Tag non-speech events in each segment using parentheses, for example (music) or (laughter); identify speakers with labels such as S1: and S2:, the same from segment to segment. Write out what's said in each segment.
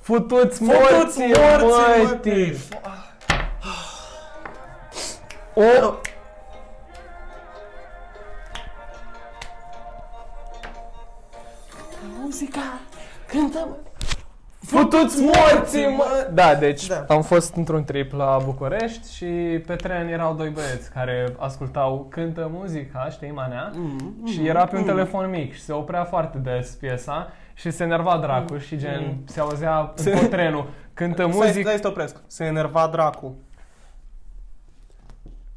S1: Futuți
S2: Futuți
S1: morți,
S2: morții,
S1: morții.
S2: mătii.
S1: O...
S2: Muzica, cântăm.
S1: Futuți morții, mă! Da, deci
S2: Da.
S1: am fost într-un trip la București și pe tren erau doi băieți care ascultau cântă muzica, știi, manea, Mm,
S2: Mm.
S1: și era pe un telefon mic și se oprea foarte des piesa și se enerva dracu și gen se auzea
S2: Se-
S1: în tot trenul cântă
S2: Stai,
S1: muzică.
S2: stai să te opresc. Se enerva dracu.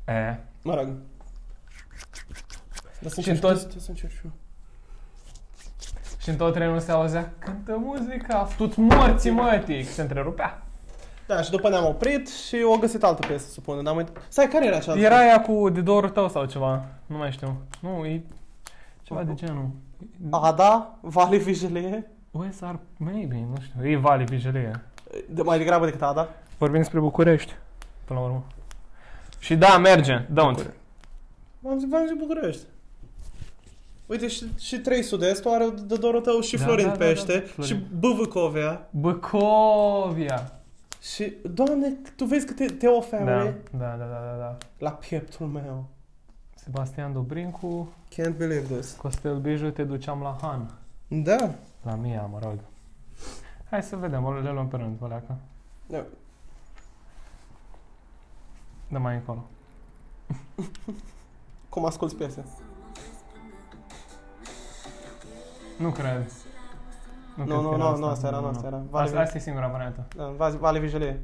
S1: E,
S2: Mă rog. Dar să
S1: Și
S2: încerc,
S1: toți-
S2: să- să încerc și eu.
S1: și în tot trenul se auzea cântă muzica, futut morții mătii, se întrerupea.
S2: Da, și după ne-am oprit și o găsit altă piesă, supun. N-am uit... Stai, care era cealaltă?
S1: Era ea cu de dorul tău sau ceva, nu mai știu. Nu, e ceva de genul.
S2: Ada, Vale Vijelie.
S1: USR, maybe, nu știu, e Vali Vigilie.
S2: De, mai degrabă decât Ada.
S1: Vorbim despre București, până la urmă. Și da, merge, don't.
S2: V-am zis, v-am zis București. Uite, și, și trei sud-estul are de dorul tău și
S1: Da,
S2: Florin
S1: da, da, da,
S2: Pește și
S1: Florin.
S2: Băvăcovea.
S1: Băcovia.
S2: Și, doamne, tu vezi că te, te o
S1: Da,
S2: family
S1: da, da, da, da, da.
S2: la pieptul meu.
S1: Sebastian Dobrincu,
S2: Can't believe this.
S1: Costel Biju, te duceam la Han.
S2: Da.
S1: La Mia, mă rog. Hai să vedem, o- le luăm pe rând, băleacă.
S2: Da.
S1: Da mai încolo.
S2: Cum asculti piese.
S1: Nu cred.
S2: Nu,
S1: cred că
S2: nu,
S1: era
S2: nu, nu, asta era, nu, asta era. Vale,
S1: Asta, asta e singura variantă.
S2: da, vale, vale Vijelie.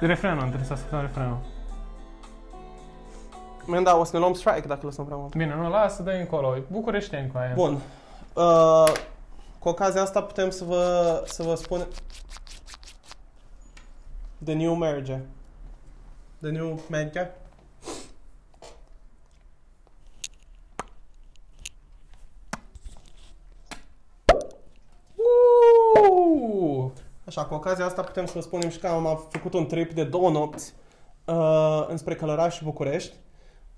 S1: Refrenul, trebuie să ascultăm refrenul.
S2: Man, da, o să ne luăm strike dacă lăsăm prea mult.
S1: Bine, nu, lasă, dă-i încolo. Bucureșteni cu aia.
S2: Bun. Uh, cu ocazia asta putem să vă, să vă spun The New Merge. The New Merge.
S1: Uuu!
S2: Așa, cu ocazia asta putem să vă spunem și că am făcut un trip de două nopți uh, înspre Călăraș și București.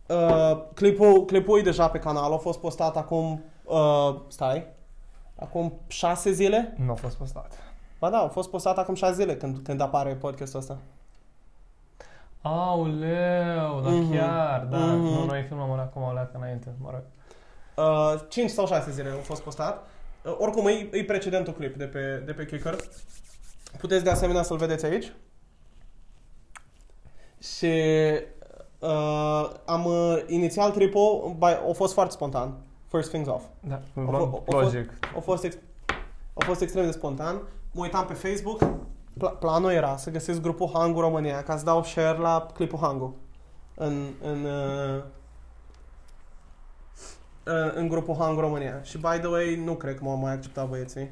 S2: Uh, clipul, clipul e deja pe canal, a fost postat acum, uh, stai, acum șase zile.
S1: Nu a fost postat.
S2: Ba da, a fost postat acum 6 zile când, când apare podcastul ăsta.
S1: Aoleu, da
S2: Mhm.
S1: chiar, da.
S2: Mhm.
S1: Nu, noi filmăm alea acum, alea că înainte, mă rog.
S2: Uh, 5 sau 6 zile a fost postat. Uh, oricum, e, e precedentul clip de pe, de pe Kicker. Puteți de asemenea să-l vedeți aici. Și uh, am uh, inițial tripul, a fost foarte spontan. First things off.
S1: Da,
S2: o- o-
S1: luăm
S2: o-
S1: logic.
S2: A fost, ex- a fost extrem de spontan. Mă uitam pe Facebook. Pla- planul era să găsesc grupul Hangu România ca să dau share la clipul Hangu. În, în, uh, uh, în grupul Hangu România. Și by the way, nu cred că m-au mai acceptat băieții.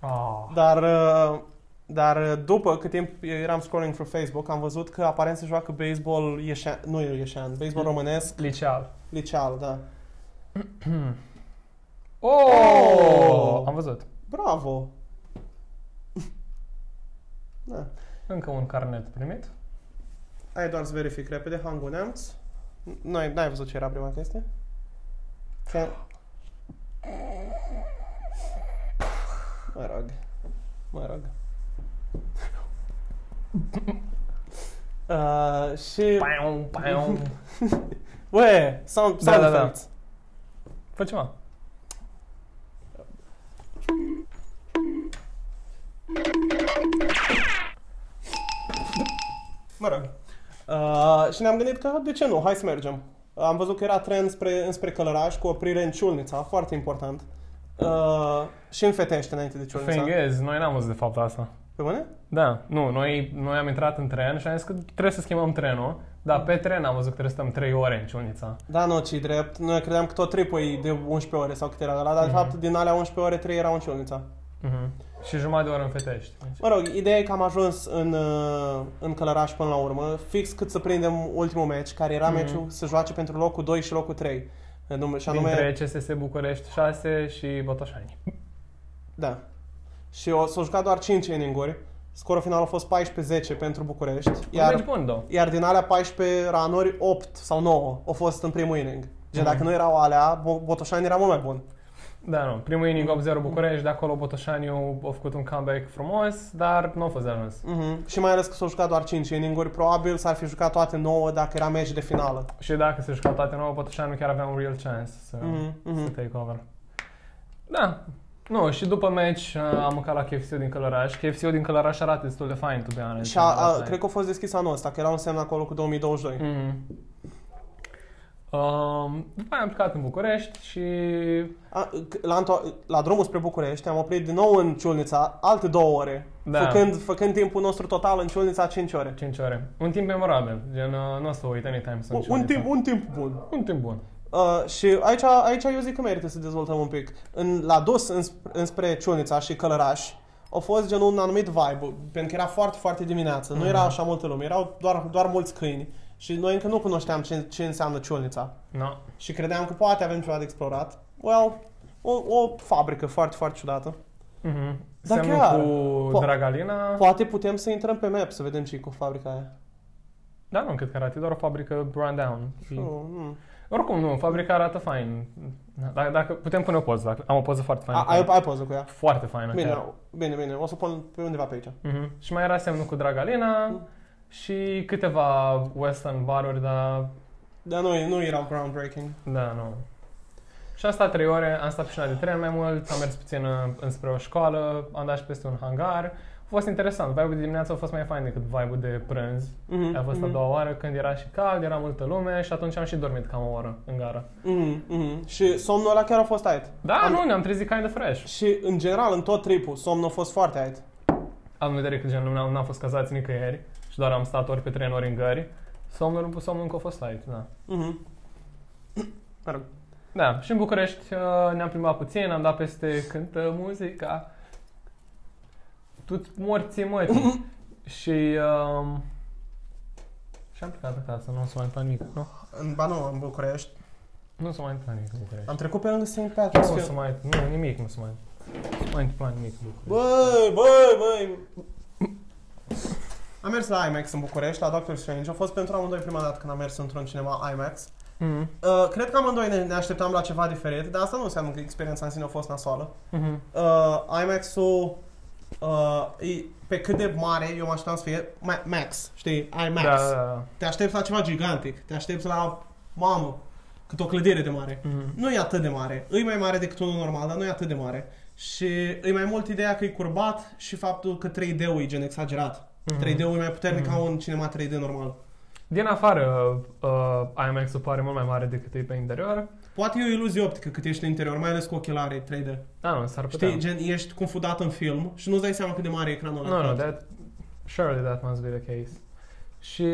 S1: Ah,
S2: Dar, uh, dar uh, după cât timp eram scrolling through Facebook, am văzut că aparent se joacă baseball ieșean, nu e ieșean, baseball românesc,
S1: liceal.
S2: liceal, da.
S1: Oh! Am văzut.
S2: Bravo! (laughs) da.
S1: Încă un carnet primit.
S2: Hai doar să verific repede, Hangu Neamț. Noi, n-ai văzut ce era prima chestie? Că... Mă rog. Mă rog. (laughs) Uh, și...
S1: Paum,
S2: (laughs)
S1: paum.
S2: Ue, sound,
S1: Da,
S2: sound
S1: da, da.
S2: effects.
S1: Fă ceva.
S2: Mă rog. Uh, și ne-am gândit că de ce nu, hai să mergem. Am văzut că era tren spre, înspre Călăraș cu oprire în Ciulnița, foarte important. Uh, și în Fetește înainte de Ciulnița.
S1: Thing is, noi n-am văzut de fapt asta.
S2: Pe bune?
S1: Da, nu, noi, noi am intrat în tren și am zis că trebuie să schimbăm trenul, dar pe tren am văzut că trebuie să stăm 3 ore în Ciunița.
S2: Da, nu, ci drept. Noi credeam că tot tripul e de 11 ore sau cât era ăla, dar de fapt din alea 11 ore 3 erau în Ciulnița.
S1: Mhm. Și jumătate de oră în Fetești. Deci,
S2: Mă rog, ideea e că am ajuns în, uh, în Călăraș până la urmă, fix cât să prindem ultimul meci, care era
S1: Mhm.
S2: meciul să joace pentru locul 2 și locul 3. Num- Și anume,
S1: Dintre CSS București 6 și Botoșani.
S2: da. Și o, s-au jucat doar 5 inning-uri. Scorul final a fost 14-10 pentru București,
S1: Iar...
S2: iar,
S1: Deci bun, două.
S2: iar din alea 14 ranuri,
S1: Mhm.
S2: 8 sau 9 au fost în primul inning. Gen, dacă nu erau alea, Bo- Botoșani era mult mai bun.
S1: Da, nu. Primul inning 8-0 București, de acolo Botoșaniu a făcut un comeback frumos, dar nu a fost de ajuns.
S2: Mhm. Și mai ales că s-au jucat doar 5 inning-uri, probabil s-ar fi jucat toate 9 dacă era meci de finală.
S1: Și dacă se juca toate nouă, Botoșaniu chiar avea un real chance să,
S2: Mhm, mhm.
S1: Da. să take over. Da. Nu, și după meci uh, am mâncat la KFC din Călăraș. KFC din Călăraș arată destul de fain, to be honest.
S2: Și a, a,
S1: Arată-
S2: cred că a fost deschis anul ăsta, că era un semn acolo cu 2022.
S1: Mhm. Um, după aia am plecat în București și
S2: A, c- la, înto- la drumul spre București am oprit din nou în Ciulnița, alte două ore,
S1: Da.
S2: făcând, făcând timpul nostru total în Ciulnița 5 ore.
S1: 5 ore. Un timp memorabil, gen uh, nu o să uit anytime să
S2: Un, un, timp, un timp bun.
S1: un timp bun.
S2: Uh, și aici, aici eu zic că merită să dezvoltăm un pic. În, la dus înspre, înspre Ciunița și Călăraș, a fost gen un anumit vibe, pentru că era foarte, foarte dimineață. Nu era așa multă lume, erau doar, doar mulți câini. Și noi încă nu cunoșteam ce, ce înseamnă Ciunița.
S1: No.
S2: Și credeam că poate avem ceva de explorat. Well, o, o fabrică foarte, foarte ciudată.
S1: Mhm.
S2: Da,
S1: Semnul
S2: chiar.
S1: cu
S2: Po-
S1: Dragalina.
S2: Poate putem să intrăm pe map să vedem ce e cu fabrica aia.
S1: Da, nu, cred că arată, e doar o fabrică run down. Și...
S2: Oh, mm.
S1: Oricum, nu, fabrica arată fain. Dacă, dacă putem pune o poză, dacă, am o poză foarte faină.
S2: A, ai, ai poză cu ea?
S1: Foarte faină.
S2: Bine,
S1: chiar.
S2: bine, bine. O să o pun pe undeva pe aici.
S1: Mhm. Și mai era semnul cu Dragalina
S2: Mm.
S1: și câteva western baruri, dar
S2: Dar noi nu erau groundbreaking.
S1: Da, nu. Și am stat trei ore, am stat pe șina de tren mai mult, am mers puțin uh, înspre o școală, am dat și peste un hangar. A fost interesant, vibe-ul de dimineață a fost mai fain decât vibe-ul de prânz.
S2: Mhm,
S1: A fost a
S2: mhm.
S1: doua oară când era și cald, era multă lume și atunci am și dormit cam o oră în gara.
S2: Mhm, mhm. Și somnul ăla chiar a fost tight.
S1: Da,
S2: Am-
S1: nu, ne-am trezit kind of fresh.
S2: Și în general, în tot tripul, somnul a fost foarte tight.
S1: Am în vedere că gen, nu am fost cazați nicăieri și doar am stat ori pe tren, ori în gări. Somnul, somnul încă a fost light, da.
S2: Mhm. Mă rog.
S1: Da, și în București uh, ne-am plimbat puțin, am dat peste cântă muzica. Tut morții mătii.
S2: Mhm.
S1: și... Uh, și am plecat acasă, nu s-a mai întâmplat nimic. Nu,
S2: În Banu, în București.
S1: nu s-a mai întâmplat nimic în București.
S2: Am trecut pe lângă St.
S1: Nu
S2: Patrick's
S1: s-a
S2: Field.
S1: mai... Nu, nimic nu s-a mai... Nu s-a mai întâmplat nimic în București.
S2: Băi, băi, băi! Am mers la IMAX în București, la Doctor Strange. A fost pentru amândoi prima dată când am mers într-un cinema IMAX.
S1: Mhm.
S2: Uh, cred că amândoi ne, ne așteptam la ceva diferit, dar asta nu înseamnă că experiența în sine a fost nasoală.
S1: Mhm.
S2: uh, IMAX-ul uh, e, pe cât de mare eu mă așteptam să fie ma- Max, știi, IMAX.
S1: Da, da, da.
S2: Te aștepți la ceva gigantic, te aștepți la, mamă, cât o clădire de mare.
S1: Mhm.
S2: Nu e atât de mare, e mai mare decât unul normal, dar nu e atât de mare. Și e mai mult ideea că e curbat și faptul că 3D-ul e gen exagerat.
S1: Mhm.
S2: 3D-ul e mai puternic ca un cinema 3D normal.
S1: Din afară, uh, IMAX-ul pare mult mai mare decât e pe interior.
S2: Poate e o iluzie optică cât ești în interior, mai ales cu ochelare 3D.
S1: Da, nu, s-ar putea.
S2: Știi, gen, ești confundat în film și nu-ți dai seama cât de mare e ecranul ăla.
S1: No, no, that surely that must be the case. Și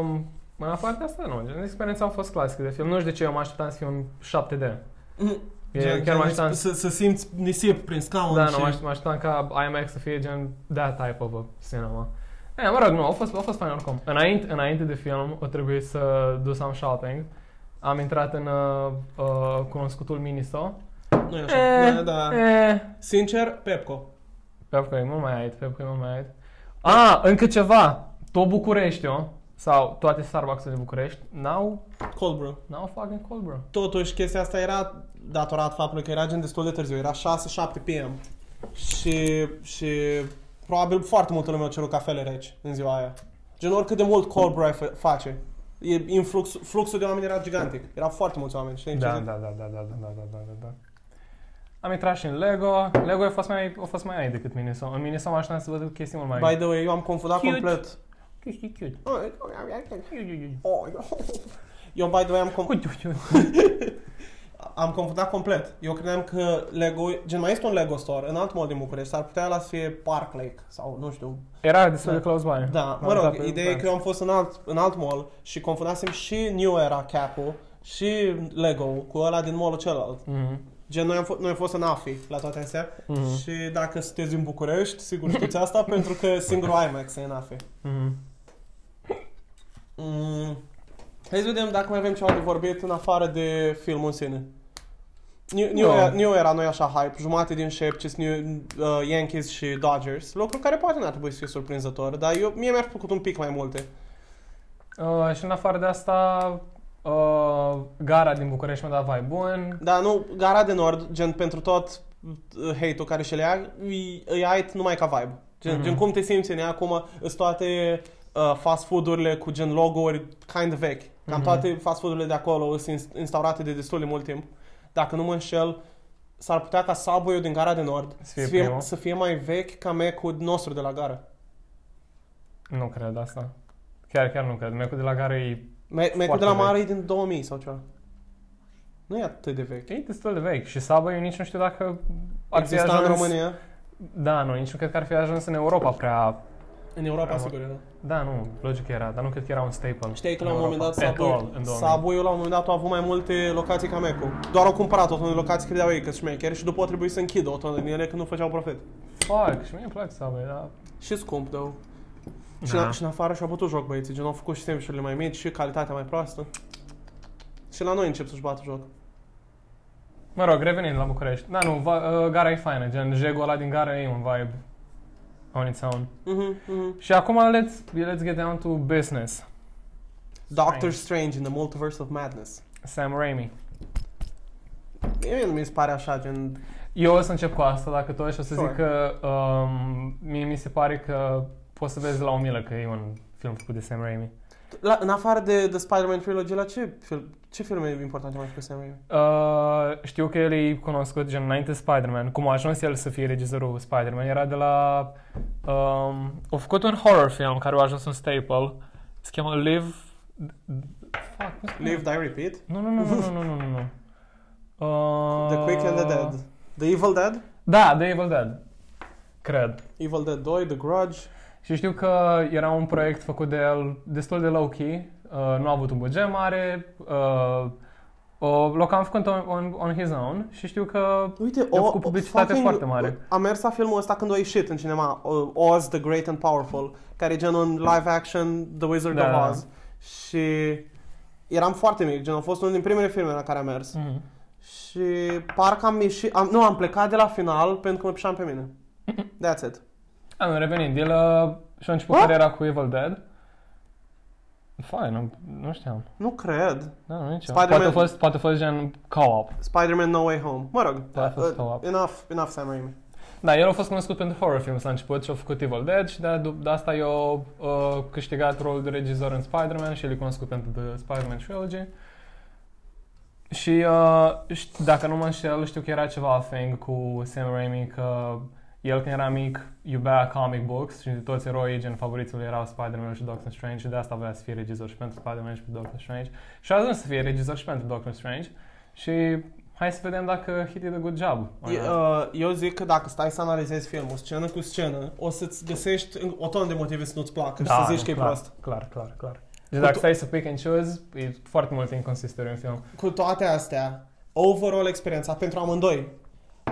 S1: um, în afară de asta, nu, gen, experiența a fost clasică de film. Nu știu de ce eu mă așteptam să fie un 7D. E,
S2: Mm. Gen,
S1: chiar
S2: gen,
S1: mă așteptam,
S2: să, să simți nisip prin scaun
S1: da,
S2: și...
S1: nu, mă așteptam, mă așteptam ca IMAX să fie gen that type of a cinema. E, mă rog, nu, a fost, a fost fain oricum. Înainte, înainte de film, o trebuie să do some shopping. Am intrat în uh, uh, cunoscutul Miniso.
S2: Nu e
S1: Eh,
S2: așa. Da, da.
S1: E,
S2: Sincer, Pepco.
S1: Pepco e mult mai ait, Pepco e mult mai ait. A, încă ceva. Tot Bucureștiul sau toate Starbucks-urile din București n-au,
S2: Cold brew.
S1: n-au fucking cold brew.
S2: Totuși, chestia asta era datorat faptului că era gen destul de târziu. Era 6-7 p.m. Și, și probabil foarte multă lume a cerut cafele reci în ziua aia. Gen, oricât de mult cold brew ai fa- face. E, influx, fluxul de oameni era gigantic. Erau foarte mulți oameni, știi? ce
S1: Da, da,
S2: zic?
S1: da, da, da, da, da, da, da, da. Am intrat și în Lego. Lego a fost mai, a fost mai ai decât Miniso. În Miniso mă așteptam să văd chestii mult da, mai...
S2: By the way, eu am confundat
S1: Cute.
S2: complet.
S1: Chestii cute.
S2: Oh, eu, by the way, am, com-
S1: Cute, cute, cute.
S2: Am confundat complet. Eu credeam că Lego, gen mai este un Lego store în alt mod din București, ar putea la să fie Park Lake sau nu știu.
S1: Era destul
S2: Da.
S1: de close by.
S2: Da, mă
S1: M-am uitat
S2: rog,
S1: pe-
S2: ideea e că eu am fost în alt, în alt mall și confundasem și New Era Capo și Lego cu ăla din mallul celălalt.
S1: Mhm.
S2: Gen, noi am, f- noi am fost în AFI la toate astea și dacă sunteți în București, sigur știți
S1: (laughs)
S2: asta pentru că singurul IMAX e în AFI.
S1: Mhm.
S2: Mm. Hai să vedem dacă mai avem ceva de vorbit în afară de filmul în sine. New, new,
S1: Da.
S2: era, new era noi așa hype, jumate din shape, ce new uh, Yankees și Dodgers, lucru care poate n-ar trebui să fie surprinzător, dar eu, mie mi-ar fi plăcut un pic mai multe.
S1: Uh, și în afară de asta, Uh, gara din București mi-a dat vibe bun.
S2: Da, nu, gara de nord, gen pentru tot uh, hate-ul care și le ia, îi îi ai numai ca vibe.
S1: Mhm.
S2: Gen, mm-hmm. gen cum te simți în ea acum, sunt toate uh, fast food-urile cu gen logo-uri kind of vechi.
S1: Mhm.
S2: Cam mm-hmm. toate fast food-urile de acolo sunt ins- instaurate de destul de mult timp. Dacă nu mă înșel, s-ar putea ca subway din gara de nord
S1: Să
S2: să
S1: fie
S2: fie, să fie,
S1: primul?
S2: mai vechi ca mecul nostru de la gara.
S1: Nu cred asta. Chiar, chiar nu cred. Mecul de la gara e,
S2: Me- Mecul
S1: Foarte
S2: de la
S1: vechi.
S2: mare e din 2000 sau ceva. Nu e atât de vechi.
S1: e destul de vechi. Și Saba eu nici nu știu dacă ar fi
S2: Exista
S1: ajuns...
S2: în România,
S1: Da, nu, nici nu cred că ar fi ajuns în Europa prea...
S2: în Europa,
S1: Bravo.
S2: sigur era.
S1: Da, nu, logic era, dar nu cred că era un staple.
S2: Știi că
S1: în
S2: la un moment dat
S1: Europa. At all,
S2: Subway,
S1: în 2000.
S2: Subway la un moment dat a avut mai multe locații ca Mecu. Doar au cumpărat tot unele locații credeau ei că sunt șmecheri și după au trebuit să închidă o tonă din ele că nu făceau profit.
S1: Fuck, și mie îmi plac da. Subway, dar...
S2: Și scump, două. Și,
S1: Da.
S2: da. și în afară și-au bătut joc băieții, gen au făcut și sandvișurile mai mici și calitatea mai proastă. Și la noi încep să-și bată joc.
S1: Mă rog, revenind la București. Da, nu, va, uh, gara e faină, gen jegul ăla din gara e un vibe on its own.
S2: Mhm, mhm.
S1: Și acum let's, let's get down to business.
S2: Doctor Strange in the Multiverse of Madness.
S1: Sam Raimi.
S2: Mie nu mi se pare așa, gen...
S1: Eu o să încep cu asta, dacă tot, și o să
S2: Sure.
S1: zic că um, mie mi se pare că poți să vezi de la o milă că e un film făcut de Sam Raimi.
S2: La, în afară de, de Spider-Man Trilogy, la ce, fil, ce filme importante mai făcut Sam Raimi?
S1: Uh, știu că el e cunoscut gen înainte Spider-Man. Cum a ajuns el să fie regizorul Spider-Man era de la... Um, a făcut un horror film care a ajuns un staple. Se cheamă Live... Fuck, cum se
S2: Live, Die, Repeat?
S1: Nu, nu, nu, nu, nu, nu, nu, nu. Uh,
S2: (laughs) The Quick and the Dead. The Evil Dead?
S1: Da, The Evil Dead. Cred.
S2: Evil Dead 2, The Grudge.
S1: Și știu că era un proiect făcut de el destul de low-key, uh, nu a avut un buget mare, uh, o, l-a cam făcut on, on, on his own și știu că
S2: Uite,
S1: I-a făcut publicitate foarte mare.
S2: A mers la filmul ăsta când a ieșit în cinema, o- Oz the Great and Powerful, care e gen un live action The Wizard
S1: Da, da,
S2: of Oz. Și eram foarte mic, gen a fost unul din primele filme la care am mers.
S1: Mhm.
S2: Și parcă am ieșit, am, nu, am plecat de la final pentru că mă pișam pe
S1: (laughs)
S2: mine. That's it.
S1: Am revenit, el uh, și-a început
S2: What?
S1: cariera cu Evil Dead. Fine, nu, nu știam.
S2: Nu cred.
S1: Da, nu nicio.
S2: Spider-Man-
S1: Poate a fost, poate a fost gen co-op.
S2: Spider-Man No Way Home. Mă rog. Uh,
S1: Da, a fost co-op.
S2: enough, enough Sam Raimi.
S1: Da, el a fost cunoscut pentru horror films la început și a făcut Evil Dead și de, de asta i-a uh, câștigat rolul de regizor în Spider-Man și el e cunoscut pentru The Spider-Man Trilogy. Și uh, șt- dacă nu mă înșel, știu că era ceva thing cu Sam Raimi că el când era mic iubea comic books și toți eroii gen favoriții lui erau Spider-Man și Doctor Strange și de asta voia să fie regizor și pentru Spider-Man și pentru Doctor Strange. Și a ajuns să fie regizor și pentru Doctor Strange și hai să vedem dacă he did a good job. or
S2: E,
S1: not.
S2: uh, Eu zic că dacă stai să analizezi filmul scenă cu scenă, o să-ți găsești în- o tonă de motive să nu-ți placă și să zici că e
S1: Da, clar,
S2: prost.
S1: Clar, clar, clar. Deci dacă
S2: tu-
S1: stai să pick and choose, e foarte mult inconsistent în film.
S2: Cu toate astea, overall experiența pentru amândoi.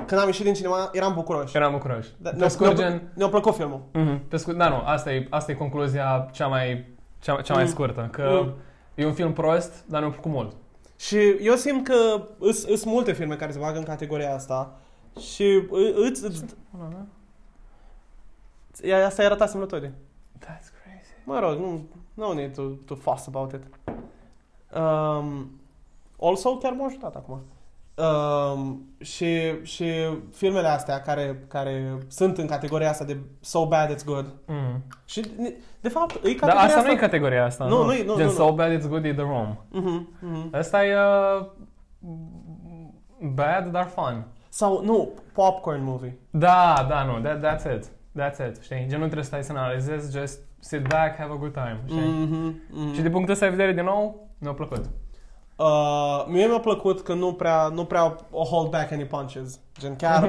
S2: Când am ieșit din cinema, eram bucuroși.
S1: Eram bucuroși.
S2: Da,
S1: Pe
S2: ne-a,
S1: scurt,
S2: ne-a,
S1: gen...
S2: ne-a plăcut filmul.
S1: Mhm, Pe scurt, da, nu, asta e, asta e concluzia cea mai, cea, cea mai
S2: Mm.
S1: scurtă. Că
S2: Mm.
S1: e un film prost, dar nu a plăcut mult.
S2: Și eu simt că sunt multe filme care se bagă în categoria asta și î- îți... îți ia- asta era ta semnătorii.
S1: That's crazy.
S2: Mă rog, nu, no need to, to fuss about it. Um, also, chiar m-a ajutat acum. Um, și, și filmele astea care, care sunt în categoria asta de so bad it's good.
S1: Mm.
S2: Și, de fapt, e categoria
S1: Dar Da, asta
S2: asta...
S1: nu e categoria asta,
S2: Nu,
S1: nu?
S2: nu e- nu,
S1: Gen,
S2: nu, nu.
S1: So Bad It's Good e The Room.
S2: Mhm, mhm.
S1: Asta e... Uh, bad, dar fun.
S2: Sau, nu, popcorn movie.
S1: Da, da, nu, that, that's it. That's it, știi? Gen, nu trebuie să stai să analizezi, just sit back, have a good time, știi?
S2: Mhm, mhm.
S1: Și din punctul ăsta de vedere, din nou, mi-a plăcut.
S2: Uh, mie mi-a plăcut că nu prea, nu prea o hold back any punches. Gen
S1: (laughs)
S2: chiar...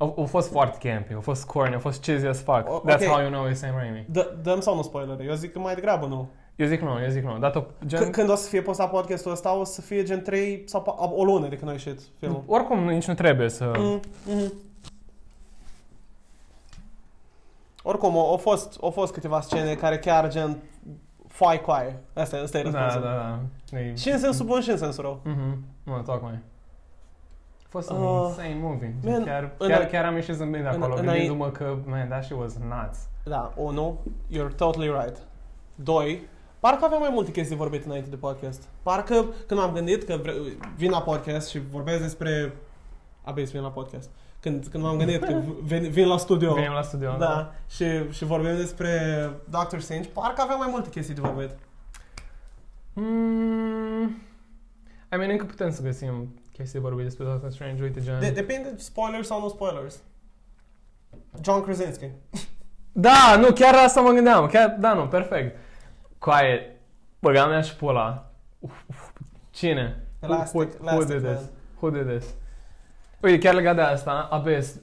S1: Au, au fost foarte campy, au fost corny, au fost cheesy as fuck.
S2: O-
S1: That's
S2: ok.
S1: how you know it's Sam Raimi.
S2: Dă- Dăm sau nu spoilere? Eu zic că mai degrabă nu.
S1: Eu zic nu, eu zic nu. Dar tot,
S2: C-
S1: gen,
S2: când o să fie postat podcastul ăsta, o să fie gen 3 sau pa- o lună de când a ieșit filmul.
S1: oricum nici nu trebuie să... Da,
S2: Mm, mhm. Oricum, au au fost, au fost câteva scene care chiar gen foai coaie. Asta, e- asta e
S1: Da, da,
S2: răspunsul.
S1: da. E-
S2: Și în sensul bun și în sensul rău.
S1: Mhm, mă, tocmai. A fost un
S2: Uh,
S1: insane movie.
S2: man,
S1: chiar,
S2: în-
S1: chiar, chiar am ieșit zâmbind
S2: în-
S1: acolo,
S2: în-
S1: gândindu-mă că, man, that shit was nuts.
S2: Da, 1, you're totally right. 2, Parcă aveam mai multe chestii de vorbit înainte de podcast. Parcă când m-am gândit că vre- vin la podcast și vorbesc despre... Abia să vin la podcast. Când, când m-am gândit că vin, vin la studio.
S1: Venim la studio.
S2: Da, și, și vorbim despre Doctor Strange, parcă aveam mai multe chestii de vorbit.
S1: Mm, I mean, încă putem să găsim chestii de vorbit despre Doctor Strange, uite, gen...
S2: De, depinde spoilers sau nu spoilers. John Krasinski.
S1: Da, nu, chiar la asta mă gândeam. Chiar, da, nu, perfect. Coaie, băga mea și pula. Uf, uf, cine?
S2: Elastic-
S1: who, who, who
S2: Elastic
S1: did
S2: Man. (laughs)
S1: this? Who did this? Uite, chiar legat de asta, Abes.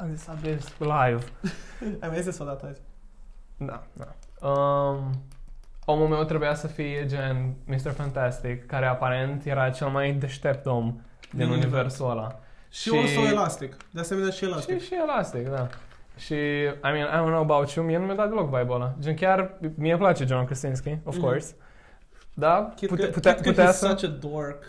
S1: Am zis Abes live.
S2: Ai mai zis odată azi.
S1: Da, da. Um, omul meu trebuia să fie gen Mr. Fantastic, care aparent era cel mai deștept om din,
S2: Din univers.
S1: universul ăla.
S2: Și, și also Elastic. De asemenea și Elastic.
S1: Și, și elastic, da. Și, I mean, I don't know about you, mie nu mi-a dat deloc vibe ăla. Gen, chiar, mie îmi place John Krasinski, of
S2: Mhm.
S1: course. Da,
S2: Kid
S1: pute,
S2: că-
S1: putea,
S2: kid că
S1: putea
S2: he's
S1: să...
S2: such a dork.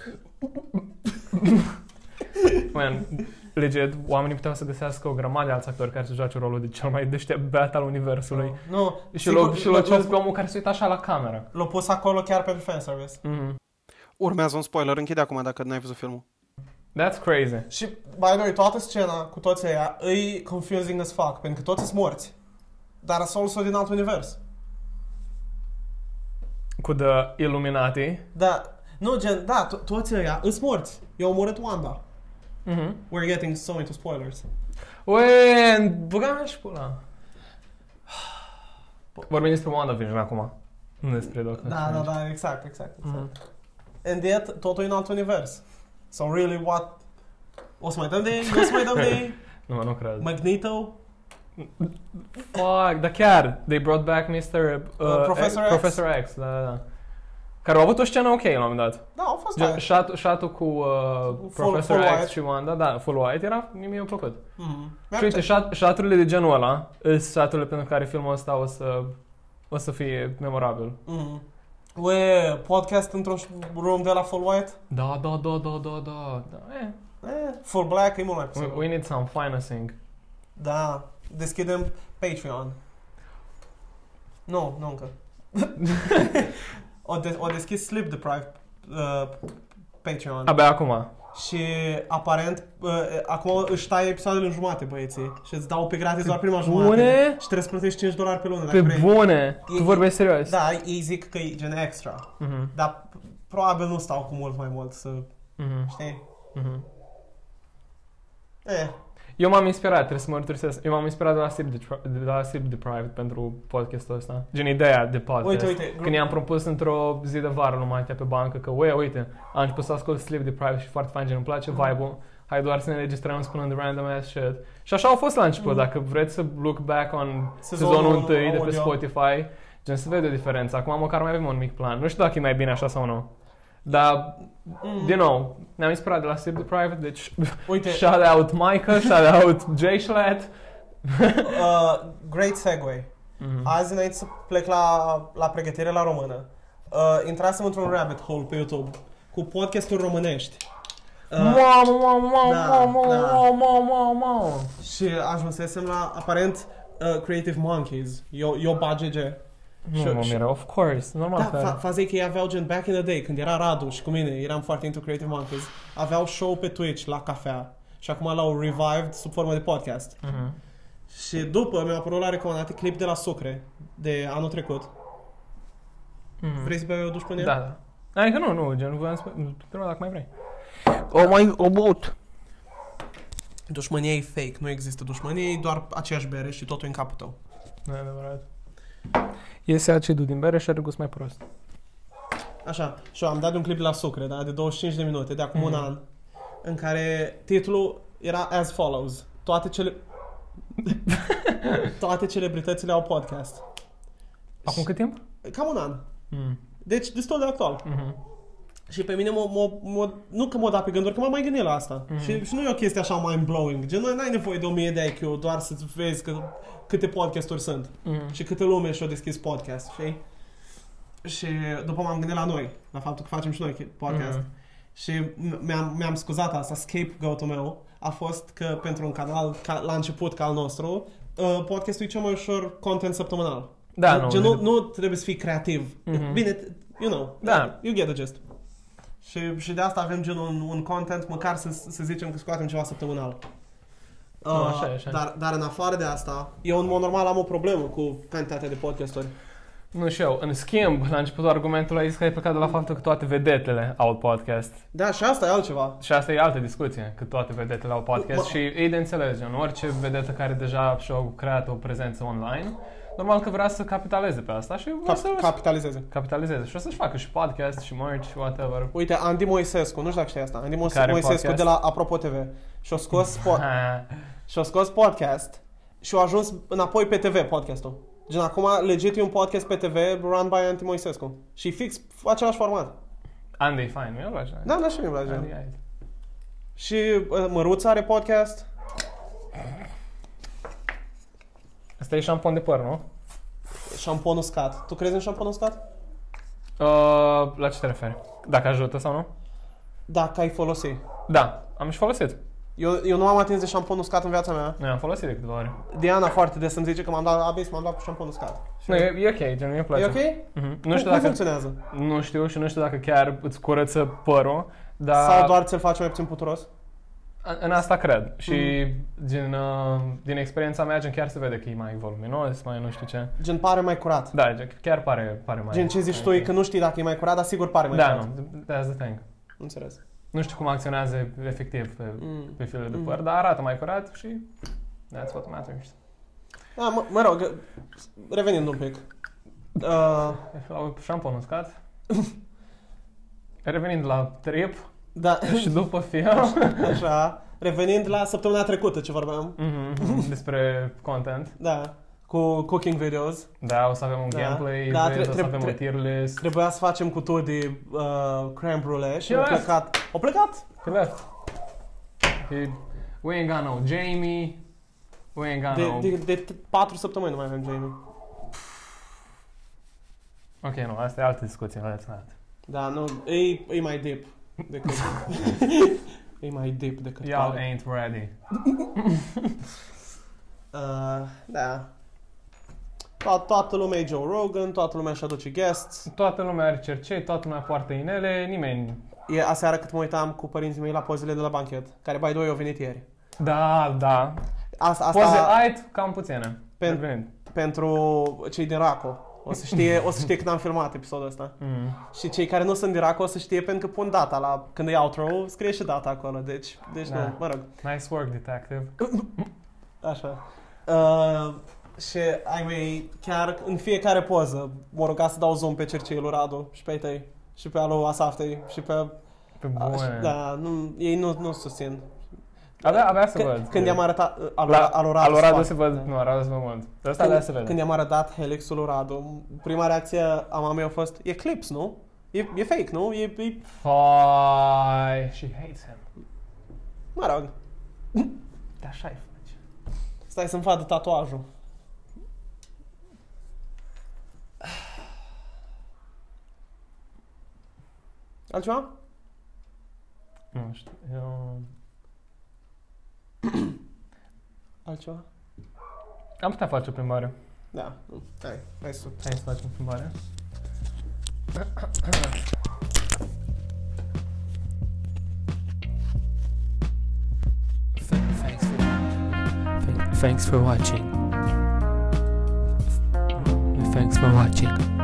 S1: Man, legit, oamenii puteau să găsească o grămadă de alți actori care să joace rolul de cel mai deștept beat al universului.
S2: No. Nu,
S1: Păi. Și
S2: Oh. sigur,
S1: l-au- și l-au ținut pe omul care se uita așa la cameră.
S2: l-a pus acolo chiar pentru fanservice.
S1: Mhm.
S2: Urmează un spoiler, închide acum dacă n-ai văzut filmul.
S1: That's crazy.
S2: Și, by the way, toată scena cu toți aia e confusing as fuck, pentru că toți sunt morți. Dar sunt also din alt univers.
S1: Cu The Illuminati.
S2: Da, nu gen, da, to- toți ăia îs morți. Eu omorât Wanda.
S1: Mhm.
S2: We're getting so into spoilers.
S1: Ue, băga mea și pula. Vorbim despre WandaVision acum. Nu despre Doctor
S2: Da,
S1: Strange.
S2: da, da, exact, exact. exact.
S1: Mhm.
S2: And yet, totul e în alt univers. So really, what... O să mai dăm de ei? Nu o să mai dăm de (laughs) ei?
S1: Nu, mă, nu cred.
S2: Magneto?
S1: Fuck, dar chiar, they brought back Mr.
S2: Uh, Professor X.
S1: Professor X, da, da, da. Care au avut o scenă ok la un moment dat.
S2: Da, au fost
S1: Gen,
S2: aia.
S1: shot, shot-ul cu uh, Professor
S2: full
S1: X
S2: white.
S1: și Wanda, da, full white, era, mie mi-a plăcut.
S2: Mhm.
S1: Și uite,
S2: Merge.
S1: shot, shot-urile de genul ăla, sunt shot-urile pentru care filmul ăsta o să, o să fie memorabil.
S2: Mhm. Ue, podcast într-un room de la Full White?
S1: Da, da, da, da, da, da, da. Eh,
S2: Eh, full Black e mult mai
S1: we,
S2: posibil.
S1: we need some financing.
S2: Da, deschidem Patreon. Nu, nu încă.
S1: (laughs)
S2: o, de- o deschis Sleep Deprived uh, Patreon.
S1: Abia acum.
S2: și aparent, uh, acum își taie episoadele în jumate, băieții. Și îți dau pe gratis doar prima jumătate.
S1: bune?
S2: Și trebuie să plătești 5 dolari pe lună, dacă
S1: Pe
S2: vrei.
S1: bune!
S2: E-
S1: Tu vorbești serios?
S2: Da, ei zic că e gen extra.
S1: Mhm,
S2: Dar probabil nu stau cu mult mai mult să...
S1: mhm,
S2: Știi?
S1: mhm.
S2: Eh,
S1: Eu m-am inspirat, trebuie să mărturisesc. Eu m-am inspirat de la Sleep, Detri- de la Sleep Deprived pentru podcastul ăsta. Gen ideea de podcast.
S2: Uite, uite,
S1: Când i-am propus într-o zi de vară numai pe bancă că, uite, uite, am început să ascult Sleep Deprived și foarte fain, gen, îmi place
S2: Mm-hmm.
S1: vibe-ul. Hai doar să ne registrăm spunând random ass shit. Și așa au fost la început.
S2: Mhm.
S1: Dacă vreți să look back on
S2: Sezonul
S1: sezonul întâi de pe
S2: audio.
S1: Spotify, gen se vede diferența. Acum măcar mai avem un mic plan. Nu știu dacă e mai bine așa sau nu. Dar,
S2: mm,
S1: din nou, ne-am inspirat de la Sleep Deprived, deci
S2: Uite,
S1: Shout out Michael, shout out Jay Schlatt.
S2: uh, great segue. Azi, înainte să plec la, la pregătire la română, uh, intrasem într-un rabbit hole pe YouTube cu podcasturi românești. Uh,
S1: Mamă, mamă,
S2: da,
S1: mamă, mamă,
S2: da.
S1: mamă, mamă, mamă.
S2: și ajunsesem la, aparent, uh, Creative Monkeys. Eu, eu BGG. Și-
S1: Nu mă
S2: și-
S1: miră, of course,
S2: Da,
S1: normal
S2: fa-
S1: că...
S2: faza e că ei aveau gen back in the day, când era Radu și cu mine, eram foarte into Creative Monkeys, aveau show pe Twitch la cafea și acum l-au revived sub formă de podcast.
S1: Mhm.
S2: Și după mi-a apărut la recomandate clip de la Sucre, de anul trecut.
S1: Mhm.
S2: Vrei să bea eu duș până
S1: Da, da. Adică nu, nu, gen, voiam să... Întreba dacă mai vrei. O mai, o bot.
S2: Dușmânia e fake, nu există dușmânie, e doar aceeași bere și totul e în capul tău.
S1: Nu e adevărat. Iese acidul din bere și are gust mai prost.
S2: Așa, și eu am dat un clip de la Sucre, da, de 25 de minute, de acum un an, în care titlul era as follows. Toate cele... Toate celebritățile au podcast.
S1: Acum cât timp?
S2: Cam un an.
S1: Mm.
S2: Deci destul de actual.
S1: Mhm.
S2: Și pe mine m-o, m-o, m-o, nu că m-o da pe gânduri, că m-am mai gândit la asta. Și, și nu e o chestie așa mind-blowing. Gen, n-ai nevoie de 1000 de IQ doar să-ți vezi că, câte podcasturi sunt.
S1: Mhm.
S2: Și câtă lume și-a deschis podcast, știi? Și după m-am gândit la noi, la faptul că facem și noi podcast.
S1: Mhm.
S2: Și m- mi-am, mi-am scuzat asta, scapegoat-ul meu a fost că ă, pentru un canal ca, la început ca al nostru, uh, podcastul e cel mai ușor content săptămânal.
S1: Da, nu.
S2: Gen, nu, nu trebuie să fii creativ.
S1: Mhm.
S2: Bine, you know.
S1: Da.
S2: You get the gist. Și, și de asta avem gen un, un content, măcar să, să zicem că scoatem ceva săptămânal. Uh,
S1: Nu, așa e, așa e.
S2: Dar, dar în afară de asta, eu în mod normal am o problemă cu cantitatea de podcasturi.
S1: Nu și eu. În schimb, la începutul argumentului ai zis că ai plecat de la faptul că toate vedetele au podcast.
S2: Da, și asta e altceva.
S1: Și asta e altă discuție, că toate vedetele au podcast
S2: Bă.
S1: și e de înțeles, gen, orice vedetă care deja și-a creat o prezență online, normal că vrea să capitaleze pe asta și o să
S2: Cap- capitalizeze.
S1: capitalizeze și o să-și facă și podcast și merch și whatever.
S2: Uite, Andy Moisescu, nu știu dacă știi asta, Andy Moise-
S1: Care
S2: Moisescu
S1: podcast?
S2: de la Apropo TV și-a scos, po-
S1: Ha.
S2: și-a scos podcast și-a ajuns înapoi pe TV podcastul. Gen, acum legit e un podcast pe TV run by Andy Moisescu. Și fix același format.
S1: Andy e fain, mi-e place.
S2: Da, da, și mie îmi
S1: Andy,
S2: place.
S1: ai.
S2: Și uh, Măruța are podcast.
S1: Asta e șampon de păr, nu?
S2: Șampon uscat. Tu crezi în șampon uscat?
S1: Uh, la ce te referi? Dacă ajută sau nu?
S2: Dacă ai folosi.
S1: Da, am și folosit.
S2: Eu, eu nu am atins de șampon uscat în viața mea.
S1: Noi am folosit de câteva ori.
S2: Diana foarte des îmi zice că m-am dat abis, m-am luat cu șampon uscat.
S1: Nu, e, e ok, gen, mi-e place.
S2: E ok?
S1: Mhm.
S2: Cum-
S1: Nu știu
S2: cum
S1: dacă...
S2: funcționează?
S1: Nu știu și nu știu dacă chiar îți curăță părul, dar...
S2: Sau doar ți-l face mai puțin puturos?
S1: În- În asta cred. Și
S2: Mm.
S1: din, uh, din experiența mea, gen chiar se vede că e mai voluminos, mai nu știu ce.
S2: Gen pare mai curat.
S1: Da, gen, chiar pare, pare mai...
S2: Gen ce zici tu e că nu știi dacă e mai curat, dar sigur pare mai
S1: Da,
S2: curat.
S1: nu, that's the thing.
S2: Înțeles.
S1: Nu știu cum acționează efectiv pe,
S2: Mm.
S1: pe filele de
S2: Mm.
S1: păr, dar arată mai curat și that's what matters.
S2: Da, mă, mă rog, revenind un pic. Uh,
S1: Au șampon uscat. Revenind la trip
S2: da, (laughs)
S1: și după film,
S2: așa, revenind la săptămâna trecută ce vorbeam.
S1: Mhm,
S2: mm-hmm.
S1: mhm, despre content.
S2: Da, cu cooking videos.
S1: Da, o să avem un
S2: Da.
S1: gameplay,
S2: Da,
S1: da, o
S2: tre-
S1: să
S2: tre-
S1: avem un
S2: tre-
S1: tier list.
S2: Trebuia să facem cu tot de uh, creme brulee și
S1: Ce
S2: au
S1: las?
S2: plecat. Au plecat?
S1: He left. He, da. we ain't got no Jamie. We ain't got
S2: De,
S1: no.
S2: de, de t- patru săptămâni nu mai avem Jamie.
S1: Ok, nu, asta e altă discuție, let's not.
S2: Da, nu, e, e mai deep decât... e mai deep decât
S1: Y'all
S2: pare.
S1: ain't ready.
S2: Uh, da. To- toată lumea e Joe Rogan, toată lumea își aduce guests.
S1: Toată lumea are cercei, toată lumea poartă inele, nimeni.
S2: E aseară cât mă uitam cu părinții mei la pozele de la banchet, care, by the way, au venit ieri.
S1: Da, da.
S2: Asta, asta
S1: Poze ai cam puține.
S2: Pen-
S1: Revenind.
S2: pentru cei din Raco. O să știe, o să știe când am filmat episodul ăsta.
S1: Mm.
S2: Și cei care nu sunt din Raco o să știe pentru că pun data la când e outro, scrie și data acolo. Deci, deci
S1: Da.
S2: nu, mă rog.
S1: Nice work, detective.
S2: Așa. Uh, și ai mei, chiar în fiecare poză, mă ruga să dau zoom pe cercei lui Radu și pe ei tăi și pe alu Asaftei și pe...
S1: Pe
S2: A, și,
S1: bune.
S2: da, nu, ei nu, nu susțin.
S1: Abia, abia să
S2: Că-
S1: văd.
S2: Când i-am arătat uh, alu,
S1: la,
S2: alu Radu,
S1: Alorado
S2: spate.
S1: se văd,
S2: Da.
S1: nu, Alorado se văd mult. Dar asta abia
S2: Când,
S1: se vede.
S2: când i-am arătat helixul lui Radu, prima reacție a mamei a fost, e clips, nu? E, e fake, nu? E, e...
S1: Fai, she hates him.
S2: Mă rog,
S1: Dar așa e face.
S2: stai să-mi vadă tatuajul. (sighs) Altceva?
S1: Nu știu, eu...
S2: Altceva?
S1: Am putea face o plimbare.
S2: Da, nu. hai, hai să...
S1: Hai să facem plimbarea.
S3: Thanks for, thanks for watching. Thanks for watching.